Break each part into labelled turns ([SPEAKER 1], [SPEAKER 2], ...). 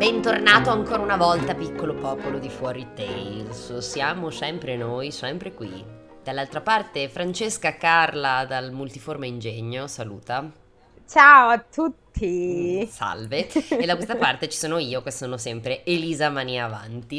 [SPEAKER 1] Bentornato ancora una volta piccolo popolo di Fuori Tales, siamo sempre noi, sempre qui. Dall'altra parte Francesca Carla dal Multiforme Ingegno, saluta.
[SPEAKER 2] Ciao a tutti!
[SPEAKER 1] Salve. E da questa parte ci sono io che sono sempre Elisa Mani Avanti.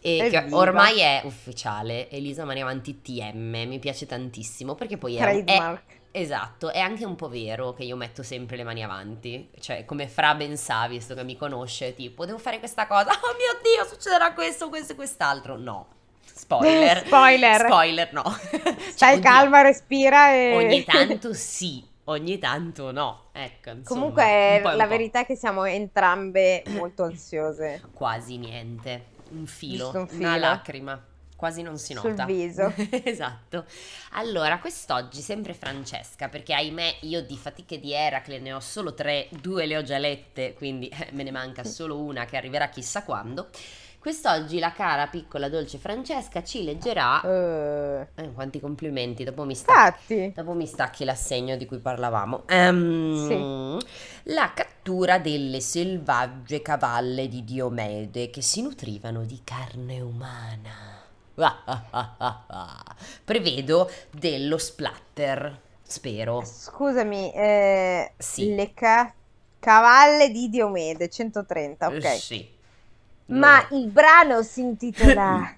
[SPEAKER 1] E che
[SPEAKER 2] Evviva.
[SPEAKER 1] ormai è ufficiale, Elisa Mani Avanti TM, mi piace tantissimo perché poi è, un- è-
[SPEAKER 2] Trademark.
[SPEAKER 1] Esatto, è anche un po' vero che io metto sempre le mani avanti, cioè come Fra ben sa, visto che mi conosce, tipo devo fare questa cosa, oh mio Dio, succederà questo, questo e quest'altro. No, spoiler.
[SPEAKER 2] Spoiler.
[SPEAKER 1] Spoiler, no.
[SPEAKER 2] Stai
[SPEAKER 1] Cioè, oddio,
[SPEAKER 2] calma, respira e...
[SPEAKER 1] Ogni tanto sì, ogni tanto no. Ecco, insomma,
[SPEAKER 2] Comunque
[SPEAKER 1] un po' e un
[SPEAKER 2] la
[SPEAKER 1] po'.
[SPEAKER 2] verità è che siamo entrambe molto ansiose
[SPEAKER 1] Quasi niente, un filo,
[SPEAKER 2] Giusto un
[SPEAKER 1] una
[SPEAKER 2] filo.
[SPEAKER 1] lacrima, quasi non si
[SPEAKER 2] sul
[SPEAKER 1] nota.
[SPEAKER 2] viso.
[SPEAKER 1] Esatto. Allora, quest'oggi sempre Francesca, perché ahimè io di fatiche di Eracle ne ho solo tre, due le ho già lette, quindi eh, me ne manca solo una che arriverà chissà quando. Quest'oggi la cara, piccola, dolce Francesca ci leggerà...
[SPEAKER 2] Eh,
[SPEAKER 1] Eh, quanti complimenti, dopo mi sta
[SPEAKER 2] infatti,
[SPEAKER 1] Dopo mi stacchi l'assegno di cui parlavamo. Ehm, La cattura delle selvagge cavalle di Diomede che si nutrivano di carne umana. Ah, ah, ah, ah, ah. Prevedo dello splatter, spero.
[SPEAKER 2] scusami, eh,
[SPEAKER 1] Sì.
[SPEAKER 2] le ca- cavalle di Diomede 130, ok.
[SPEAKER 1] Eh, Sì.
[SPEAKER 2] Ma il brano si intitola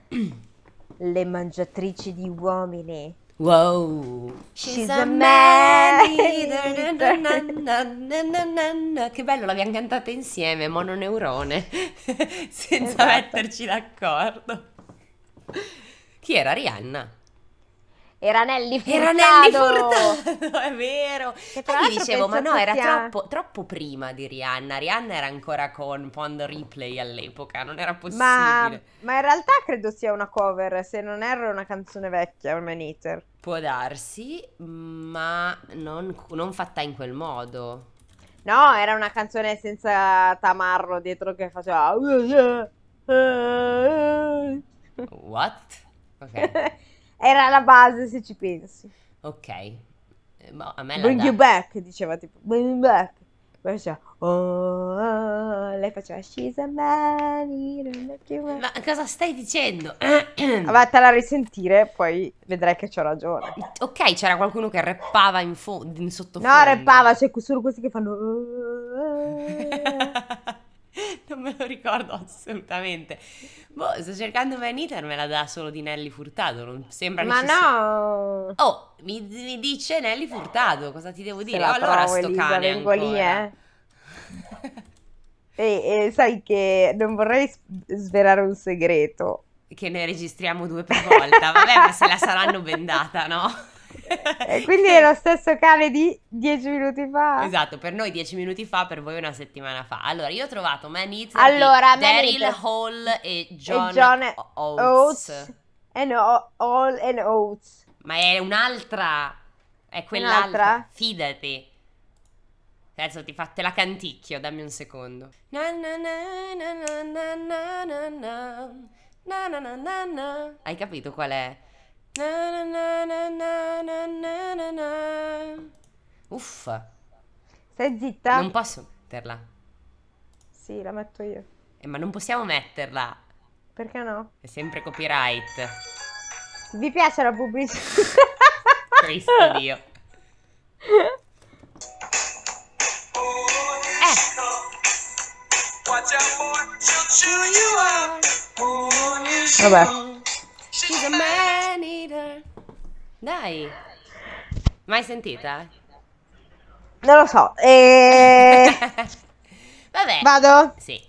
[SPEAKER 2] Le mangiatrici di uomini.
[SPEAKER 1] Wow.
[SPEAKER 2] She's a man eater.
[SPEAKER 1] Na, na, na, na, na, na, na. Che bello, l'abbiamo cantata insieme, mononeurone, senza
[SPEAKER 2] Esatto.
[SPEAKER 1] metterci d'accordo. Chi era Rihanna?
[SPEAKER 2] Era Nelly
[SPEAKER 1] Era Nelly
[SPEAKER 2] Furtado.
[SPEAKER 1] Furtado, è vero.
[SPEAKER 2] Che tra
[SPEAKER 1] Poi
[SPEAKER 2] l'altro
[SPEAKER 1] dicevo, ma
[SPEAKER 2] penso
[SPEAKER 1] no,
[SPEAKER 2] che
[SPEAKER 1] era
[SPEAKER 2] sia-
[SPEAKER 1] troppo, troppo prima di Rihanna. Rihanna era ancora con Pond Replay all'epoca, non era possibile.
[SPEAKER 2] Ma, ma in realtà credo sia una cover, se non erro è una canzone vecchia, Man Eater.
[SPEAKER 1] Può darsi, ma non, non fatta in quel modo.
[SPEAKER 2] No, era una canzone senza tamarro dietro che faceva...
[SPEAKER 1] What? Ok,
[SPEAKER 2] Era la base, se ci pensi.
[SPEAKER 1] ok. Eh, Ma a me la
[SPEAKER 2] Bring
[SPEAKER 1] dà-
[SPEAKER 2] you back, diceva tipo, bring you back. Poi faceva, "Oh, oh, oh", lei faceva, she's a man, you don't look you man.
[SPEAKER 1] Ma cosa stai dicendo? Eh,
[SPEAKER 2] Vattela a risentire, poi vedrai che c'ho ragione.
[SPEAKER 1] Oh, ok, c'era qualcuno che rappava in, fo- in sottofondo.
[SPEAKER 2] No, rappava, c'è solo questi che fanno... "Oh, oh,
[SPEAKER 1] non me lo ricordo assolutamente. Boh, sto cercando Man Eater, me la dà solo di Nelly Furtado. Non sembra
[SPEAKER 2] oh".
[SPEAKER 1] che
[SPEAKER 2] Ma
[SPEAKER 1] ci sia-
[SPEAKER 2] no!
[SPEAKER 1] Oh, mi, mi dice Nelly Furtado, cosa ti devo
[SPEAKER 2] Se
[SPEAKER 1] dire?
[SPEAKER 2] la
[SPEAKER 1] Oh, allora
[SPEAKER 2] trovo,
[SPEAKER 1] sto
[SPEAKER 2] Elisa,
[SPEAKER 1] cane
[SPEAKER 2] vengo lì,
[SPEAKER 1] ancora.
[SPEAKER 2] eh. E, e sai che non vorrei s- svelare un segreto.
[SPEAKER 1] Che ne registriamo due per volta. Vabbè, ma se la saranno bendata, no?
[SPEAKER 2] E Eh, quindi è lo stesso cane di dieci minuti fa.
[SPEAKER 1] Eh, Esatto, per noi dieci minuti fa, per voi una settimana fa. Allora, io ho trovato Man Eater
[SPEAKER 2] Allora,
[SPEAKER 1] di
[SPEAKER 2] Man
[SPEAKER 1] Daryl
[SPEAKER 2] Eater.
[SPEAKER 1] Hall e John,
[SPEAKER 2] John
[SPEAKER 1] O- Oates.
[SPEAKER 2] Eh no, all and oats.
[SPEAKER 1] Ma è un'altra, è quell'altra.
[SPEAKER 2] Un'altra?
[SPEAKER 1] Fidati. Adesso ti fa, te la canticchio, dammi un secondo. Na na na na na na na na na. Na na na na na. Hai capito qual è? Na na na na na na na na. Uff,
[SPEAKER 2] Stai zitta?
[SPEAKER 1] non posso metterla.
[SPEAKER 2] Sì, la metto io.
[SPEAKER 1] Eh, ma non possiamo metterla.
[SPEAKER 2] Perché no?
[SPEAKER 1] È sempre copyright.
[SPEAKER 2] Vi piace la pubblicità?
[SPEAKER 1] Cristo Dio. Eh,
[SPEAKER 3] Watch out, boy. She'll chew you up.
[SPEAKER 2] Vabbè.
[SPEAKER 1] she's a man eater. Dai. Mai sentita?
[SPEAKER 2] Non lo so. E...
[SPEAKER 1] Vabbè.
[SPEAKER 2] Eh. Vado?
[SPEAKER 1] Sì.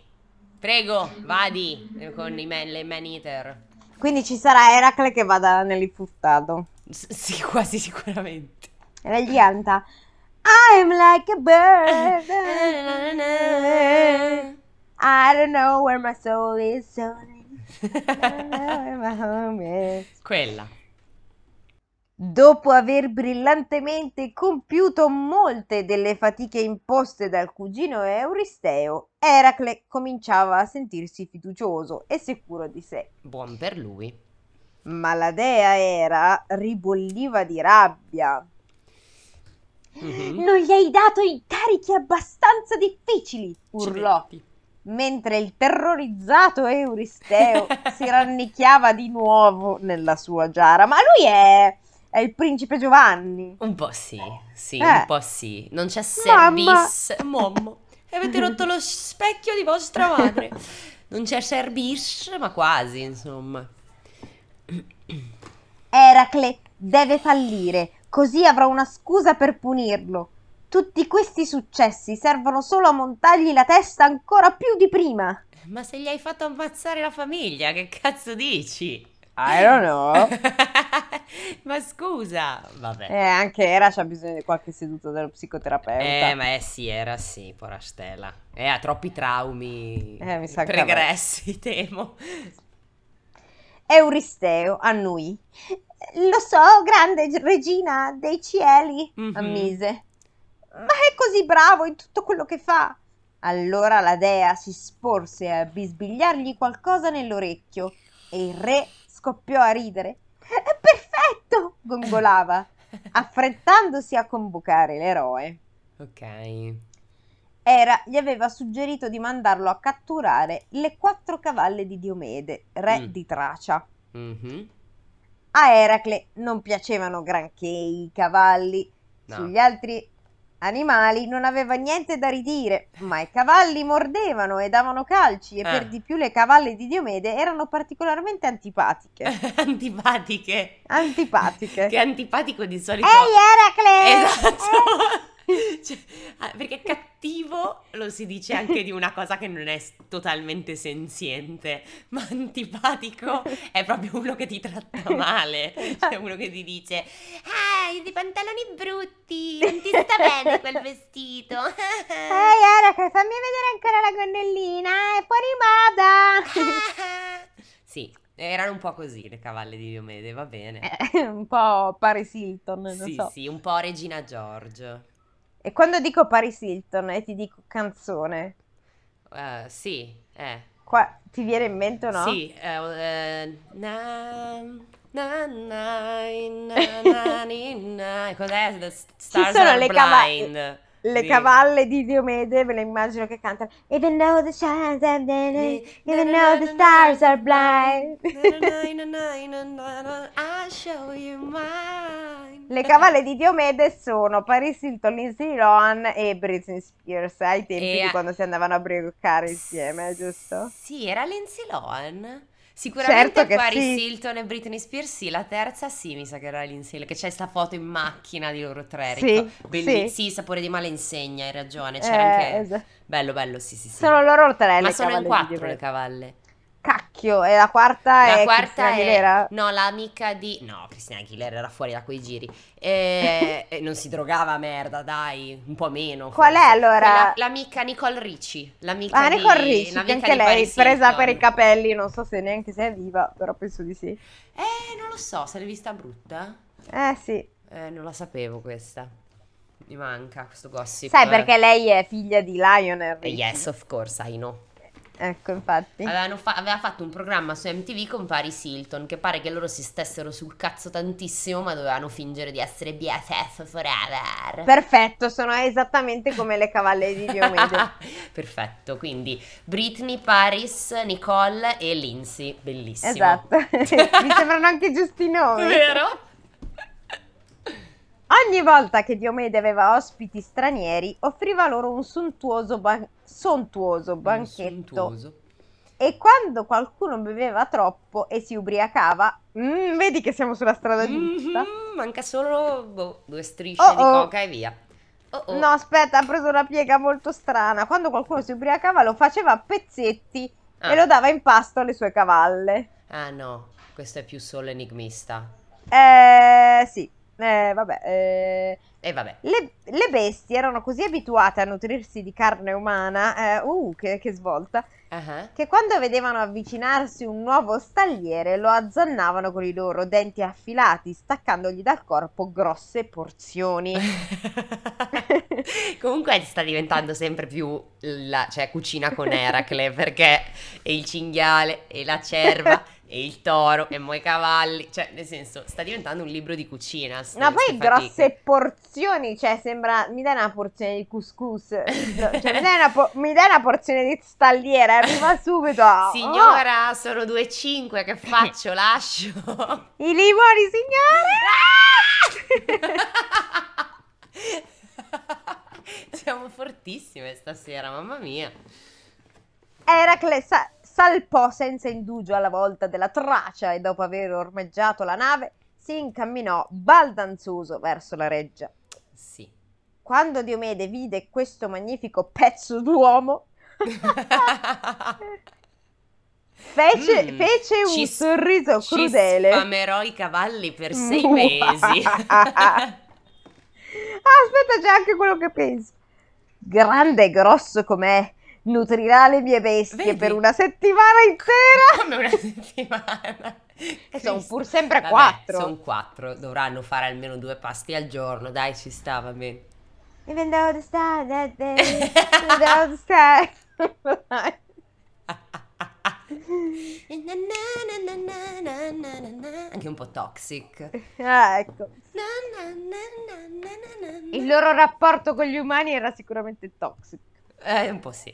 [SPEAKER 1] Prego, vadi eh, con i man, le man eater.
[SPEAKER 2] Quindi ci sarà Eracle che vada nell'infustato.
[SPEAKER 1] S- sì, quasi sicuramente.
[SPEAKER 2] E lei gli canta I'm like a bird eh, I don't know where my soul is soaring I don't know where my home is
[SPEAKER 1] Quella.
[SPEAKER 2] Dopo aver brillantemente compiuto molte delle fatiche imposte dal cugino Euristeo, Eracle cominciava a sentirsi fiducioso e sicuro di sé.
[SPEAKER 1] Buon per lui.
[SPEAKER 2] Ma la dea Era ribolliva di rabbia.
[SPEAKER 1] Mhm. Mm?
[SPEAKER 2] Non gli hai dato incarichi abbastanza difficili, urlò.
[SPEAKER 1] Accidenti.
[SPEAKER 2] mentre il terrorizzato Euristeo si rannicchiava di nuovo nella sua giara. Ma lui è, è il principe Giovanni.
[SPEAKER 1] Un po' sì, sì,
[SPEAKER 2] Eh.
[SPEAKER 1] un po' sì. Non c'è
[SPEAKER 2] Mamma.
[SPEAKER 1] service. Mommo, avete rotto lo specchio di vostra madre. Non c'è service, ma quasi, insomma.
[SPEAKER 2] Eracle deve fallire, così avrò una scusa per punirlo. Tutti questi successi servono solo a montargli la testa ancora più di prima.
[SPEAKER 1] Ma se gli hai fatto ammazzare la famiglia, che cazzo dici?
[SPEAKER 2] I don't know.
[SPEAKER 1] ma scusa, vabbè.
[SPEAKER 2] Oh. Eh, anche Era c'ha bisogno di qualche seduta dello psicoterapeuta.
[SPEAKER 1] Eh, ma eh sì, era sì, porastella. Eh, ha troppi traumi
[SPEAKER 2] Eh, mi sa che
[SPEAKER 1] pregressi, temo.
[SPEAKER 2] Euristeo annui. Lo so, grande g- regina dei cieli,
[SPEAKER 1] Mhm.
[SPEAKER 2] ammise. Ma è così bravo in tutto quello che fa. Allora la dea si sporse a bisbigliargli qualcosa nell'orecchio e il re scoppiò a ridere. È perfetto! gongolava, Ah. affrettandosi a convocare l'eroe.
[SPEAKER 1] Ok.
[SPEAKER 2] Era gli aveva suggerito di mandarlo a catturare le quattro cavalle di Diomede, re
[SPEAKER 1] Mm.
[SPEAKER 2] di Tracia.
[SPEAKER 1] Mhm.
[SPEAKER 2] A Eracle non piacevano granché i cavalli,
[SPEAKER 1] No.
[SPEAKER 2] sugli altri animali non aveva niente da ridire, ma i cavalli mordevano e davano calci e
[SPEAKER 1] Ah.
[SPEAKER 2] per di più le cavalle di Diomede erano particolarmente antipatiche.
[SPEAKER 1] antipatiche.
[SPEAKER 2] Ah, Antipatiche.
[SPEAKER 1] Che antipatico di solito.
[SPEAKER 2] Ehi Eracle!
[SPEAKER 1] Esatto. Cioè, ah, perché cattivo lo si dice anche di una cosa che non è s- totalmente senziente, ma antipatico è proprio uno che ti tratta male, cioè uno che ti dice "Ah, hai dei pantaloni brutti, non ti sta bene quel vestito".
[SPEAKER 2] Eh! Ehi Eracle, fammi vedere ancora la gonnellina, è fuori
[SPEAKER 1] sì, erano un po' così le cavalle di Diomede, va bene.
[SPEAKER 2] moda! Un po' Paris Hilton, Eh, non
[SPEAKER 1] Sì,
[SPEAKER 2] so.
[SPEAKER 1] sì, un po' Regina George.
[SPEAKER 2] E quando dico Paris Hilton e ti dico canzone,
[SPEAKER 1] Eh, sì, eh.
[SPEAKER 2] qua ti viene in mente o no?
[SPEAKER 1] Sì, eh, eh, na, na, na, na, na, ni, na. Cos'è? The Stars
[SPEAKER 2] sono
[SPEAKER 1] Are
[SPEAKER 2] le cava-
[SPEAKER 1] Blind.
[SPEAKER 2] Le
[SPEAKER 1] Sì.
[SPEAKER 2] cavalle di Diomede me le immagino che cantano Even though the stars are blind, even though the stars are blind.
[SPEAKER 1] Na, na, na, na, na, na, I'll show you mine.
[SPEAKER 2] Le cavalle di Diomede sono Paris Hilton, Lindsay Lohan e Britney Spears ai tempi
[SPEAKER 1] E-
[SPEAKER 2] di quando si andavano a bregoccare insieme, giusto?
[SPEAKER 1] Sì, era Lindsay Lohan. Sicuramente
[SPEAKER 2] Certo che
[SPEAKER 1] Paris
[SPEAKER 2] sì.
[SPEAKER 1] Hilton e Britney Spears, sì, la terza sì, mi sa che era Lindsay, che c'è sta foto in macchina di loro tre,
[SPEAKER 2] Sì,
[SPEAKER 1] ricor-
[SPEAKER 2] sì.
[SPEAKER 1] belli- sì, sapore di male insegna, hai ragione, c'era
[SPEAKER 2] Eh,
[SPEAKER 1] anche...
[SPEAKER 2] esatto.
[SPEAKER 1] Bello, bello, sì, sì, sì.
[SPEAKER 2] Sono loro tre
[SPEAKER 1] Ma
[SPEAKER 2] le
[SPEAKER 1] sono in
[SPEAKER 2] cavalle di
[SPEAKER 1] quattro le
[SPEAKER 2] Diomede.
[SPEAKER 1] cavalle.
[SPEAKER 2] Cacchio, e la quarta
[SPEAKER 1] La
[SPEAKER 2] è
[SPEAKER 1] quarta
[SPEAKER 2] Ah, eh, Christina
[SPEAKER 1] è...
[SPEAKER 2] Aguilera?
[SPEAKER 1] No, l'amica di... No, Cristina Aguilera era fuori da quei giri. E... e non si drogava, merda, dai, un po' meno.
[SPEAKER 2] Qual
[SPEAKER 1] forse.
[SPEAKER 2] è allora?
[SPEAKER 1] Quella- l'amica Nicole Ricci. L'amica
[SPEAKER 2] Ah,
[SPEAKER 1] di...
[SPEAKER 2] Nicole Ricci, che
[SPEAKER 1] l'amica
[SPEAKER 2] anche
[SPEAKER 1] di
[SPEAKER 2] lei
[SPEAKER 1] Paris
[SPEAKER 2] presa
[SPEAKER 1] Hilton.
[SPEAKER 2] per i capelli, non so se neanche se è viva, però penso di sì.
[SPEAKER 1] Eh, non lo so, se l'hai vista brutta?
[SPEAKER 2] Eh sì.
[SPEAKER 1] Eh, non la sapevo questa. Mi manca questo gossip.
[SPEAKER 2] Sai perché lei è figlia di Lionel
[SPEAKER 1] Eh,
[SPEAKER 2] Richie?
[SPEAKER 1] Yes, of course, I know.
[SPEAKER 2] Ecco, infatti.
[SPEAKER 1] Avevano fa- aveva fatto un programma su MTV con Paris Hilton, che pare che loro si stessero sul cazzo tantissimo, ma dovevano fingere di essere BFF forever.
[SPEAKER 2] Perfetto, sono esattamente come le cavalle di Diomede.
[SPEAKER 1] Perfetto, quindi Britney, Paris, Nicole e Lindsay, bellissimo.
[SPEAKER 2] esatto. Mi sembrano anche giusti i nomi.
[SPEAKER 1] Vero?
[SPEAKER 2] Ogni volta che Diomede aveva ospiti stranieri, offriva loro un sontuoso, ban- sontuoso banchetto.
[SPEAKER 1] Sontuoso.
[SPEAKER 2] E quando qualcuno beveva troppo e si ubriacava, "Mm, vedi che siamo sulla strada giusta.
[SPEAKER 1] Mhm, manca solo boh, due strisce
[SPEAKER 2] Oh,
[SPEAKER 1] di
[SPEAKER 2] oh.
[SPEAKER 1] coca e via. Oh, oh.
[SPEAKER 2] No, aspetta, ha preso una piega molto strana. Quando qualcuno si ubriacava, lo faceva a pezzetti
[SPEAKER 1] Ah.
[SPEAKER 2] e lo dava in pasto alle sue cavalle.
[SPEAKER 1] Ah, no, questo è più solo enigmista.
[SPEAKER 2] Eh, sì, eh, vabbè. eh,
[SPEAKER 1] E vabbè.
[SPEAKER 2] Le, le bestie erano così abituate a nutrirsi di carne umana, eh, uh, che, che svolta,
[SPEAKER 1] Ah,
[SPEAKER 2] che quando vedevano avvicinarsi un nuovo stagliere lo azzannavano con i loro denti
[SPEAKER 1] Eh,
[SPEAKER 2] affilati, staccandogli dal corpo grosse porzioni.
[SPEAKER 1] ah. Comunque sta diventando sempre più la cioè, cucina con Eracle perché è il cinghiale, e la cerva, e il toro, e mo' i cavalli. Cioè, nel senso, sta diventando un libro di cucina. st-
[SPEAKER 2] No, poi
[SPEAKER 1] ste fatiche.
[SPEAKER 2] grosse porzioni, cioè sembra, mi dai una porzione di couscous, No, cioè, mi, dai una po- mi dai una porzione di stalliera, arriva subito, Oh,
[SPEAKER 1] Signora, sono 2,5 che faccio? Lascio.
[SPEAKER 2] i limoni signore,
[SPEAKER 1] Siamo fortissime stasera, mamma mia.
[SPEAKER 2] Eracle sa- salpò senza indugio alla volta della traccia e dopo aver ormeggiato la nave si incamminò baldanzoso verso la reggia.
[SPEAKER 1] Sì.
[SPEAKER 2] Quando Diomede vide questo magnifico pezzo d'uomo, fece,
[SPEAKER 1] Mm,
[SPEAKER 2] fece un
[SPEAKER 1] ci s-
[SPEAKER 2] sorriso crudele. Mm.
[SPEAKER 1] Ci spamerò i cavalli per sei
[SPEAKER 2] Mua.
[SPEAKER 1] mesi.
[SPEAKER 2] Ah, aspetta, c'è anche quello che penso. Grande e grosso com'è, nutrirà le mie bestie
[SPEAKER 1] Vedi?
[SPEAKER 2] per una settimana intera.
[SPEAKER 1] Come una settimana.
[SPEAKER 2] E Eh, sono pur sempre quattro.
[SPEAKER 1] Sono quattro, dovranno fare almeno due pasti al giorno, dai, ci sta, va bene.
[SPEAKER 2] Even though the sky, that day, even though the sky.
[SPEAKER 1] Anche un po' toxic.
[SPEAKER 2] Ah, ecco. Il loro rapporto con gli umani era sicuramente toxico.
[SPEAKER 1] Eh, un po' sì.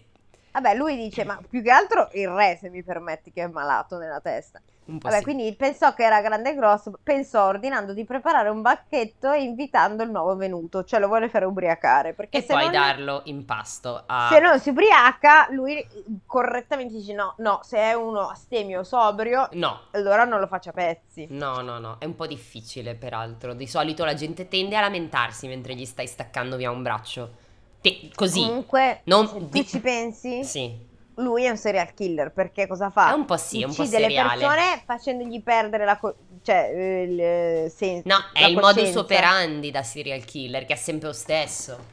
[SPEAKER 2] Vabbè, lui dice, ma più che altro il re, se mi permetti, che è malato nella testa.
[SPEAKER 1] Un po'
[SPEAKER 2] Vabbè,
[SPEAKER 1] sì.
[SPEAKER 2] quindi pensò che era grande e grosso, pensò ordinando di preparare un banchetto e invitando il nuovo venuto, cioè lo vuole fare ubriacare, perché
[SPEAKER 1] E
[SPEAKER 2] se
[SPEAKER 1] poi
[SPEAKER 2] non,
[SPEAKER 1] darlo in pasto a...
[SPEAKER 2] se non si ubriaca, lui correttamente dice no, no, se è uno astemio o sobrio,
[SPEAKER 1] No,
[SPEAKER 2] allora non lo faccia a pezzi.
[SPEAKER 1] No, no, no, è un po' difficile peraltro. Di solito la gente tende a lamentarsi mentre gli stai staccando via un braccio. Te- così.
[SPEAKER 2] Comunque,
[SPEAKER 1] Non-
[SPEAKER 2] se tu
[SPEAKER 1] di-
[SPEAKER 2] ci pensi,
[SPEAKER 1] Sì,
[SPEAKER 2] lui è un serial killer, perché cosa fa?
[SPEAKER 1] è un po' sì, è un po'
[SPEAKER 2] Ah, Uccide le
[SPEAKER 1] seriale.
[SPEAKER 2] persone facendogli perdere la co- cioè, eh, il eh, sen-
[SPEAKER 1] No, è
[SPEAKER 2] la
[SPEAKER 1] il modus
[SPEAKER 2] coscienza.
[SPEAKER 1] operandi da serial killer, che è sempre lo stesso.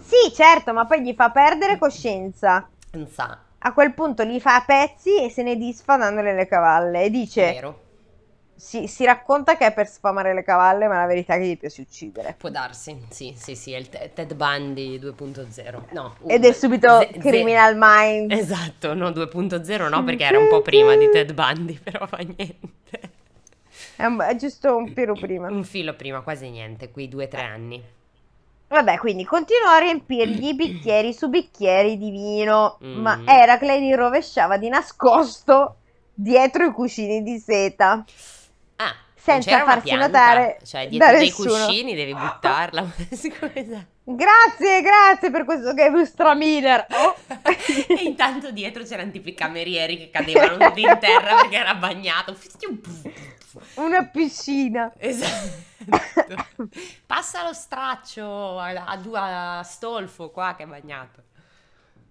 [SPEAKER 2] Sì, certo, ma poi gli fa perdere coscienza.
[SPEAKER 1] Non sa,
[SPEAKER 2] A quel punto li fa a pezzi e se ne disfa dandole le cavalle e dice,
[SPEAKER 1] vero?
[SPEAKER 2] si, si racconta che è per sfamare le cavalle, ma la verità è che gli piace uccidere.
[SPEAKER 1] Può darsi, sì, sì, sì, è il te- Ted Bundy 2.0. No, uh,
[SPEAKER 2] Ed è subito
[SPEAKER 1] ze- ze-
[SPEAKER 2] Criminal Mm-hmm. Minds.
[SPEAKER 1] Esatto, no, 2.0 no, perché era un po' prima di Ted Bundy, però fa niente.
[SPEAKER 2] È, un- è giusto un piro prima.
[SPEAKER 1] Un filo prima, quasi niente, quei due o
[SPEAKER 2] Eh.
[SPEAKER 1] tre anni.
[SPEAKER 2] Vabbè, quindi continuò a riempirgli bicchieri su bicchieri di vino,
[SPEAKER 1] Mm.
[SPEAKER 2] ma Eracle li rovesciava di nascosto dietro i cuscini di seta.
[SPEAKER 1] Ah,
[SPEAKER 2] Senza
[SPEAKER 1] non c'era una
[SPEAKER 2] farsi
[SPEAKER 1] pianta,
[SPEAKER 2] notare
[SPEAKER 1] Cioè, dietro
[SPEAKER 2] da
[SPEAKER 1] dei
[SPEAKER 2] nessuno. Oh.
[SPEAKER 1] cuscini devi buttarla. Scusa.
[SPEAKER 2] Grazie, grazie per questo game stramiller. Oh.
[SPEAKER 1] e intanto dietro c'erano tipo i camerieri che cadevano tutti in terra perché era bagnato. Fischio, puf, puf, puf.
[SPEAKER 2] Una piscina.
[SPEAKER 1] Esatto. Passa lo straccio a, a due- a Stolfo qua che è bagnato.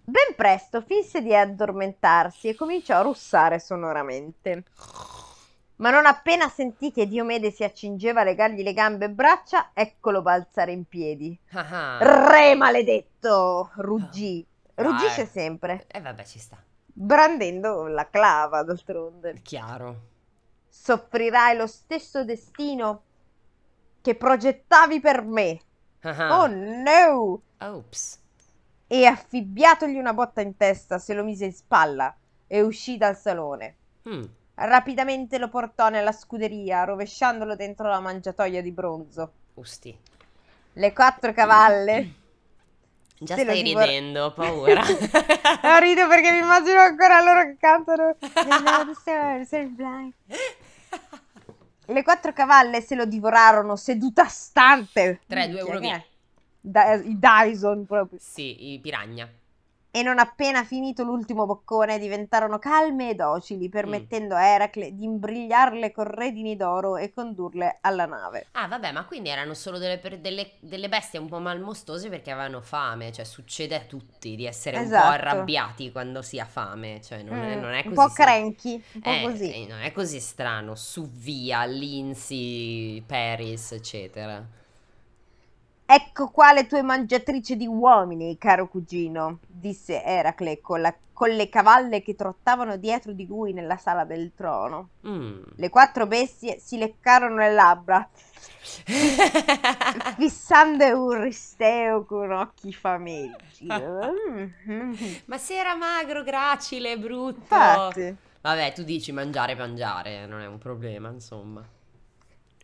[SPEAKER 2] Ben presto finse di addormentarsi e cominciò a russare sonoramente. Ma non appena sentì che Diomede si accingeva a legargli le gambe e braccia, eccolo balzare in piedi.
[SPEAKER 1] Ah ah.
[SPEAKER 2] Re maledetto! ruggì. Ruggisce
[SPEAKER 1] Dai.
[SPEAKER 2] sempre,
[SPEAKER 1] E Eh, vabbè, ci sta.
[SPEAKER 2] brandendo la clava d'altronde.
[SPEAKER 1] Chiaro.
[SPEAKER 2] Soffrirai lo stesso destino che progettavi per me.
[SPEAKER 1] Ah,
[SPEAKER 2] Oh
[SPEAKER 1] ah.
[SPEAKER 2] no!
[SPEAKER 1] Ops.
[SPEAKER 2] e affibbiatogli una botta in testa, se lo mise in spalla e uscì dal salone.
[SPEAKER 1] Mm.
[SPEAKER 2] Rapidamente lo portò nella scuderia, rovesciandolo dentro la mangiatoia di bronzo.
[SPEAKER 1] Usti.
[SPEAKER 2] Le quattro cavalle.
[SPEAKER 1] Già
[SPEAKER 2] Se lo
[SPEAKER 1] stai
[SPEAKER 2] divor-
[SPEAKER 1] ridendo, ho paura.
[SPEAKER 2] No, rido perché mi immagino ancora loro che cantano. Le quattro cavalle se lo divorarono seduta stante.
[SPEAKER 1] Tre, due, uno,
[SPEAKER 2] Minchia,
[SPEAKER 1] via.
[SPEAKER 2] che è? Da- eh, I Dyson proprio.
[SPEAKER 1] Sì, i piragna.
[SPEAKER 2] E non appena finito l'ultimo boccone diventarono calme e
[SPEAKER 1] Mm.
[SPEAKER 2] docili, permettendo a Eracle di imbrigliarle con redini d'oro e condurle alla nave.
[SPEAKER 1] Ah, vabbè, ma quindi erano solo delle, per- delle- delle bestie un po' malmostose perché avevano fame. Cioè, succede a tutti di essere un
[SPEAKER 2] Esatto.
[SPEAKER 1] po' arrabbiati quando si ha fame. Cioè, non, è,
[SPEAKER 2] Mm,
[SPEAKER 1] non è
[SPEAKER 2] un
[SPEAKER 1] così.
[SPEAKER 2] po'
[SPEAKER 1] se-
[SPEAKER 2] cranky, un po'
[SPEAKER 1] eh,
[SPEAKER 2] così.
[SPEAKER 1] eh, non è così strano. Su via, Lindsay, Paris, eccetera.
[SPEAKER 2] Ecco qua le tue mangiatrici di uomini, caro cugino, disse Eracle con, la- con le cavalle che trottavano dietro di lui nella sala del trono.
[SPEAKER 1] Mm.
[SPEAKER 2] Le quattro bestie si leccarono le labbra fissando Euristeo con occhi fameggi. Mm.
[SPEAKER 1] Ma se era magro, gracile, brutto.
[SPEAKER 2] Infatti.
[SPEAKER 1] Vabbè, tu dici mangiare, mangiare, non è un problema, insomma.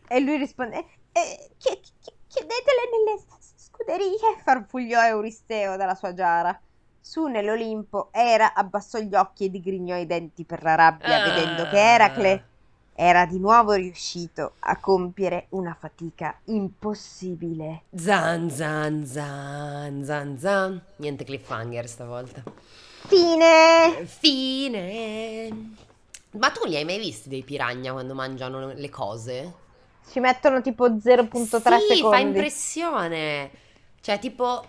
[SPEAKER 2] E lui risponde: "Eh, eh, chie- chie- Chiedetele nelle s- s- scuderie. Farfugliò Euristeo dalla sua giara. Su nell'Olimpo, Era abbassò gli occhi e digrignò i denti per la
[SPEAKER 1] Ah.
[SPEAKER 2] rabbia, vedendo che Eracle era di nuovo riuscito a compiere una fatica impossibile.
[SPEAKER 1] Zan zan zan zan zan. Niente cliffhanger stavolta.
[SPEAKER 2] Fine!
[SPEAKER 1] Fine. Ma tu li hai mai visti dei piragna quando mangiano le cose?
[SPEAKER 2] Ci mettono tipo 0.3
[SPEAKER 1] sì, fa
[SPEAKER 2] secondi.
[SPEAKER 1] impressione. Cioè, tipo,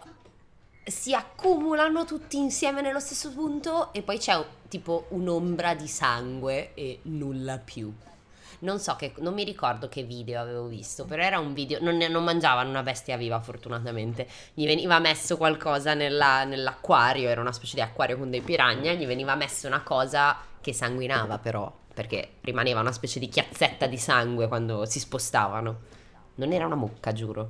[SPEAKER 1] si accumulano tutti insieme nello stesso punto e poi c'è tipo un'ombra di sangue e nulla più. Non so che, non mi ricordo che video avevo visto, però era un video, non, non mangiavano una bestia viva fortunatamente, gli veniva messo qualcosa nella- nell'acquario, era una specie di acquario con dei piragna, gli veniva messa una cosa che sanguinava però, perché rimaneva una specie di chiazzetta di sangue quando si spostavano. Non era una mucca, giuro.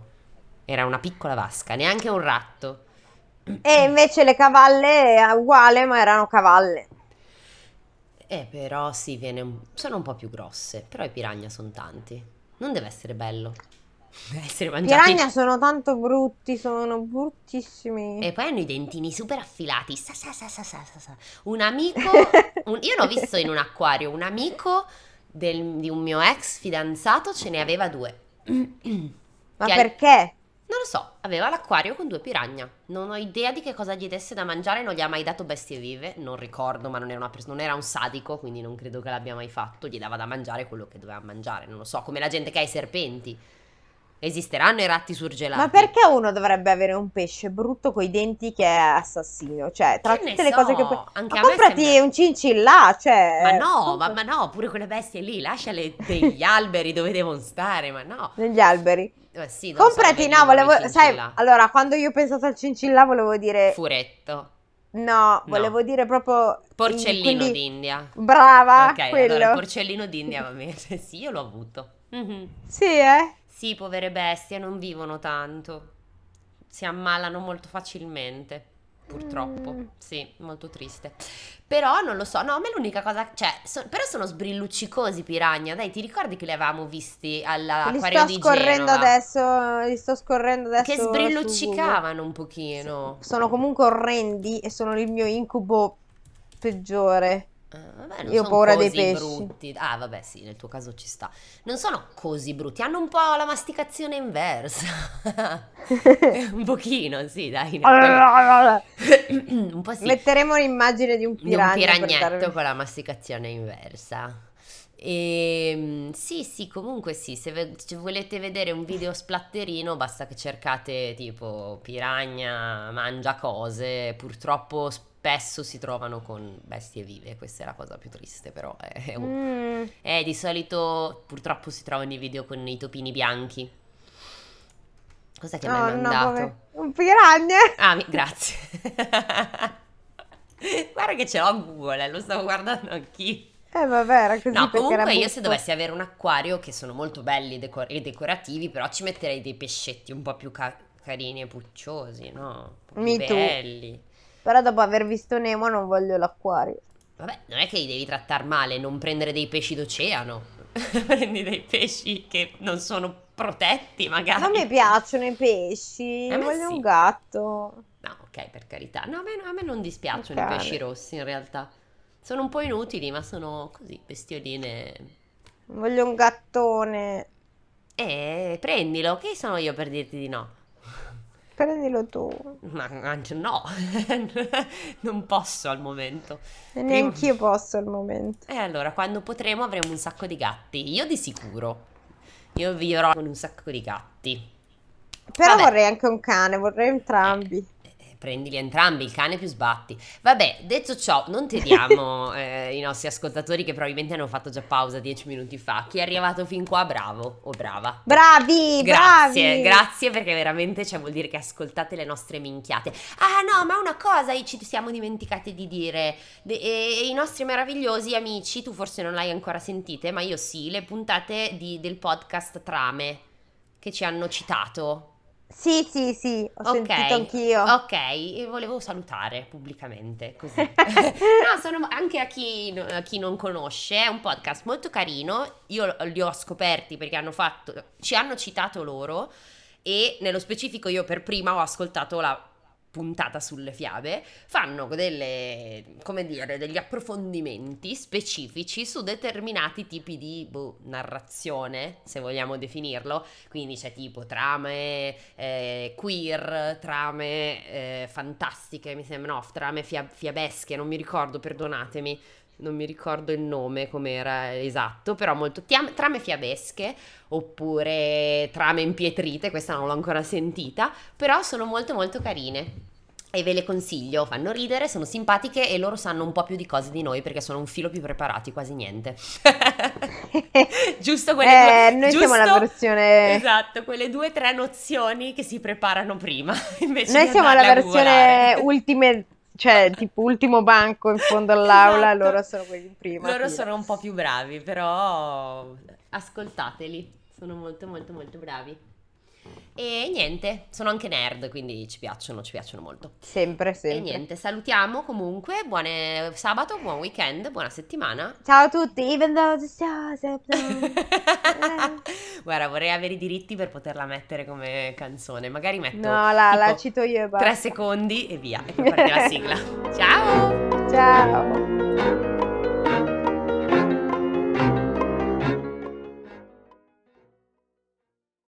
[SPEAKER 1] Era una piccola vasca, neanche un ratto.
[SPEAKER 2] E invece le cavalle è uguale, ma erano cavalle.
[SPEAKER 1] Eh, però sì, viene un- sono un po' più grosse, però i piragna sono tanti. Non deve essere bello. Deve essere mangiati.
[SPEAKER 2] Piragna sono tanto brutti, sono bruttissimi.
[SPEAKER 1] E poi hanno i dentini super affilati. Sa, sa, sa, sa, sa, sa, sa. Un amico, un- io l'ho visto in un acquario, un amico del- di un mio ex fidanzato ce ne aveva due.
[SPEAKER 2] Ma
[SPEAKER 1] Che-
[SPEAKER 2] perché?
[SPEAKER 1] Non lo so, aveva l'acquario con due piragna. Non ho idea di che cosa gli desse da mangiare, non gli ha mai dato bestie vive, non ricordo, ma non era, una pers- non era un sadico, quindi non credo che l'abbia mai fatto. Gli dava da mangiare quello che doveva mangiare, non lo so, come la gente che ha i serpenti. Esisteranno i ratti surgelati.
[SPEAKER 2] Ma perché uno dovrebbe avere un pesce brutto coi denti che è assassino? Cioè, tra
[SPEAKER 1] Che ne
[SPEAKER 2] tutte le cose che
[SPEAKER 1] so,
[SPEAKER 2] puoi...
[SPEAKER 1] anche
[SPEAKER 2] Ma
[SPEAKER 1] a me
[SPEAKER 2] comprati
[SPEAKER 1] sembra-
[SPEAKER 2] un cincillà, cioè...
[SPEAKER 1] Ma no, ma, ma no, pure quelle bestie lì, lasciale degli alberi dove devono stare, ma no.
[SPEAKER 2] Negli alberi.
[SPEAKER 1] Eh, sì, non so
[SPEAKER 2] Comprati,
[SPEAKER 1] come
[SPEAKER 2] no,
[SPEAKER 1] vivono i
[SPEAKER 2] volevo... Sai,
[SPEAKER 1] cincillà.
[SPEAKER 2] allora, quando io ho pensato al cincillà volevo dire...
[SPEAKER 1] Furetto,
[SPEAKER 2] No, volevo dire proprio...
[SPEAKER 1] porcellino
[SPEAKER 2] quindi-
[SPEAKER 1] d'India.
[SPEAKER 2] Brava,
[SPEAKER 1] ok,
[SPEAKER 2] Ah, quello.
[SPEAKER 1] allora il porcellino d'India va bene. Sì, io l'ho avuto. Mhm.
[SPEAKER 2] Sì, eh?
[SPEAKER 1] Sì, povere bestie, non vivono tanto. Si ammalano molto facilmente, purtroppo.
[SPEAKER 2] Mm.
[SPEAKER 1] Sì, molto triste. Però non lo so, no, a me l'unica cosa, cioè, so- però sono sbrilluccicosi i piragna, dai, ti ricordi che li avevamo visti
[SPEAKER 2] Li
[SPEAKER 1] all'acquario
[SPEAKER 2] sto
[SPEAKER 1] di
[SPEAKER 2] scorrendo
[SPEAKER 1] Genova?
[SPEAKER 2] adesso, li sto scorrendo adesso
[SPEAKER 1] Che
[SPEAKER 2] su Google.
[SPEAKER 1] sbrilluccicavano un pochino.
[SPEAKER 2] Sono comunque orrendi e sono il mio incubo peggiore.
[SPEAKER 1] Ah, vabbè, non
[SPEAKER 2] Io ho
[SPEAKER 1] sono
[SPEAKER 2] paura dei
[SPEAKER 1] così
[SPEAKER 2] pesci.
[SPEAKER 1] brutti. Ah, vabbè, sì, nel tuo caso ci sta. Non sono così brutti, hanno un po' la masticazione inversa. un pochino, sì, dai. in effetti. un po' sì.
[SPEAKER 2] Metteremo l'immagine di un
[SPEAKER 1] Di un
[SPEAKER 2] piragna per
[SPEAKER 1] piragnetto
[SPEAKER 2] dare-
[SPEAKER 1] con la masticazione inversa. E, sì, sì, comunque sì, se ve- se volete vedere un video splatterino basta che cercate tipo piragna, mangia cose, purtroppo spesso si trovano con bestie vive, questa è la cosa più triste però. È un-
[SPEAKER 2] Mm,
[SPEAKER 1] eh, di solito purtroppo si trovano i video con i topini bianchi. Cos'è che mi
[SPEAKER 2] no,
[SPEAKER 1] hai
[SPEAKER 2] no,
[SPEAKER 1] mandato?
[SPEAKER 2] come- un piragna.
[SPEAKER 1] Ah, mi- grazie. Guarda che ce l'ho a Google, eh, lo stavo guardando anch'io.
[SPEAKER 2] Eh vabbè, era così
[SPEAKER 1] No,
[SPEAKER 2] perché era
[SPEAKER 1] comunque io
[SPEAKER 2] brutto.
[SPEAKER 1] se dovessi avere un acquario, che sono molto belli decor- e decorativi, però ci metterei dei pescetti un po' più ca- carini e pucciosi, no? Un po' più
[SPEAKER 2] Me too.
[SPEAKER 1] belli.
[SPEAKER 2] Però dopo aver visto Nemo non voglio l'acquario.
[SPEAKER 1] Vabbè, non è che li devi trattare male, non prendere dei pesci d'oceano. Prendi dei pesci che non sono protetti, magari.
[SPEAKER 2] Non mi piacciono i pesci,
[SPEAKER 1] Ah, eh. A me
[SPEAKER 2] voglio
[SPEAKER 1] sì.
[SPEAKER 2] un gatto.
[SPEAKER 1] No, ok, per carità. No, a me, a me non dispiacciono
[SPEAKER 2] Ok.
[SPEAKER 1] i pesci rossi in realtà. Sono un po' inutili, ma sono così, bestioline.
[SPEAKER 2] Voglio un gattone.
[SPEAKER 1] Eh, prendilo, che sono io per dirti di no?
[SPEAKER 2] Prendilo tu.
[SPEAKER 1] Ma anzi, no, non posso al momento.
[SPEAKER 2] E neanche io posso al momento.
[SPEAKER 1] E allora, quando potremo avremo un sacco di gatti, io di sicuro. Io vivrò con un sacco di gatti.
[SPEAKER 2] Però
[SPEAKER 1] Vabbè.
[SPEAKER 2] vorrei anche un cane, vorrei entrambi.
[SPEAKER 1] Eh, Prendili entrambi, il cane più sbatti. Vabbè, detto ciò, non tediamo eh, i nostri ascoltatori che probabilmente hanno fatto già pausa dieci minuti fa. Chi è arrivato fin qua, bravo o brava.
[SPEAKER 2] Bravi,
[SPEAKER 1] Grazie,
[SPEAKER 2] bravi.
[SPEAKER 1] grazie perché veramente cioè, vuol dire che ascoltate le nostre minchiate. Ah no, ma una cosa ci siamo dimenticati di dire. De- e- e I nostri meravigliosi amici, tu forse non l'hai ancora sentite, ma io sì, le puntate di- del podcast Trame. che ci hanno citato.
[SPEAKER 2] Sì, sì, sì, ho
[SPEAKER 1] Ok, Oh.
[SPEAKER 2] sentito anch'io.
[SPEAKER 1] ok, e volevo salutare pubblicamente così. No, sono anche a chi, a chi non conosce, è un podcast molto carino. Io li ho scoperti perché hanno fatto, ci hanno citato loro e nello specifico io per prima ho ascoltato la puntata sulle fiabe. Fanno delle, come dire, degli approfondimenti specifici su determinati tipi di boh, narrazione, se vogliamo definirlo, quindi c'è tipo trame eh, queer, trame eh, fantastiche, mi sembra, no, trame fia- fiabesche, non mi ricordo, perdonatemi, non mi ricordo il nome com'era esatto, però molto tiam- trame fiabesche oppure trame impietrite, questa non l'ho ancora sentita, però sono molto molto carine. E ve le consiglio, fanno ridere, sono simpatiche e loro sanno un po' più di cose di noi perché sono un filo più preparati, quasi niente. Giusto quelle
[SPEAKER 2] Eh,
[SPEAKER 1] due,
[SPEAKER 2] noi siamo la
[SPEAKER 1] giusto-
[SPEAKER 2] versione
[SPEAKER 1] Esatto, quelle due o tre nozioni che si preparano prima. Invece
[SPEAKER 2] Noi
[SPEAKER 1] di
[SPEAKER 2] siamo alla
[SPEAKER 1] andarle a
[SPEAKER 2] versione
[SPEAKER 1] googolare.
[SPEAKER 2] ultime, cioè tipo ultimo banco in fondo all'aula,
[SPEAKER 1] Esatto.
[SPEAKER 2] loro sono quelli in prima
[SPEAKER 1] Loro
[SPEAKER 2] fila.
[SPEAKER 1] sono un po' più bravi, però ascoltateli, sono molto molto molto bravi. E niente, sono anche nerd, quindi ci piacciono, ci piacciono molto.
[SPEAKER 2] Sempre,
[SPEAKER 1] E
[SPEAKER 2] sempre.
[SPEAKER 1] niente, salutiamo comunque, buone sabato, buon weekend, buona settimana.
[SPEAKER 2] Ciao a tutti, even though the stars are blue.
[SPEAKER 1] Guarda, vorrei avere i diritti per poterla mettere come canzone. Magari metto
[SPEAKER 2] No, la, la
[SPEAKER 1] tipo
[SPEAKER 2] cito io e basta.
[SPEAKER 1] tre secondi e via. E poi parte la sigla. Ciao!
[SPEAKER 2] Ciao.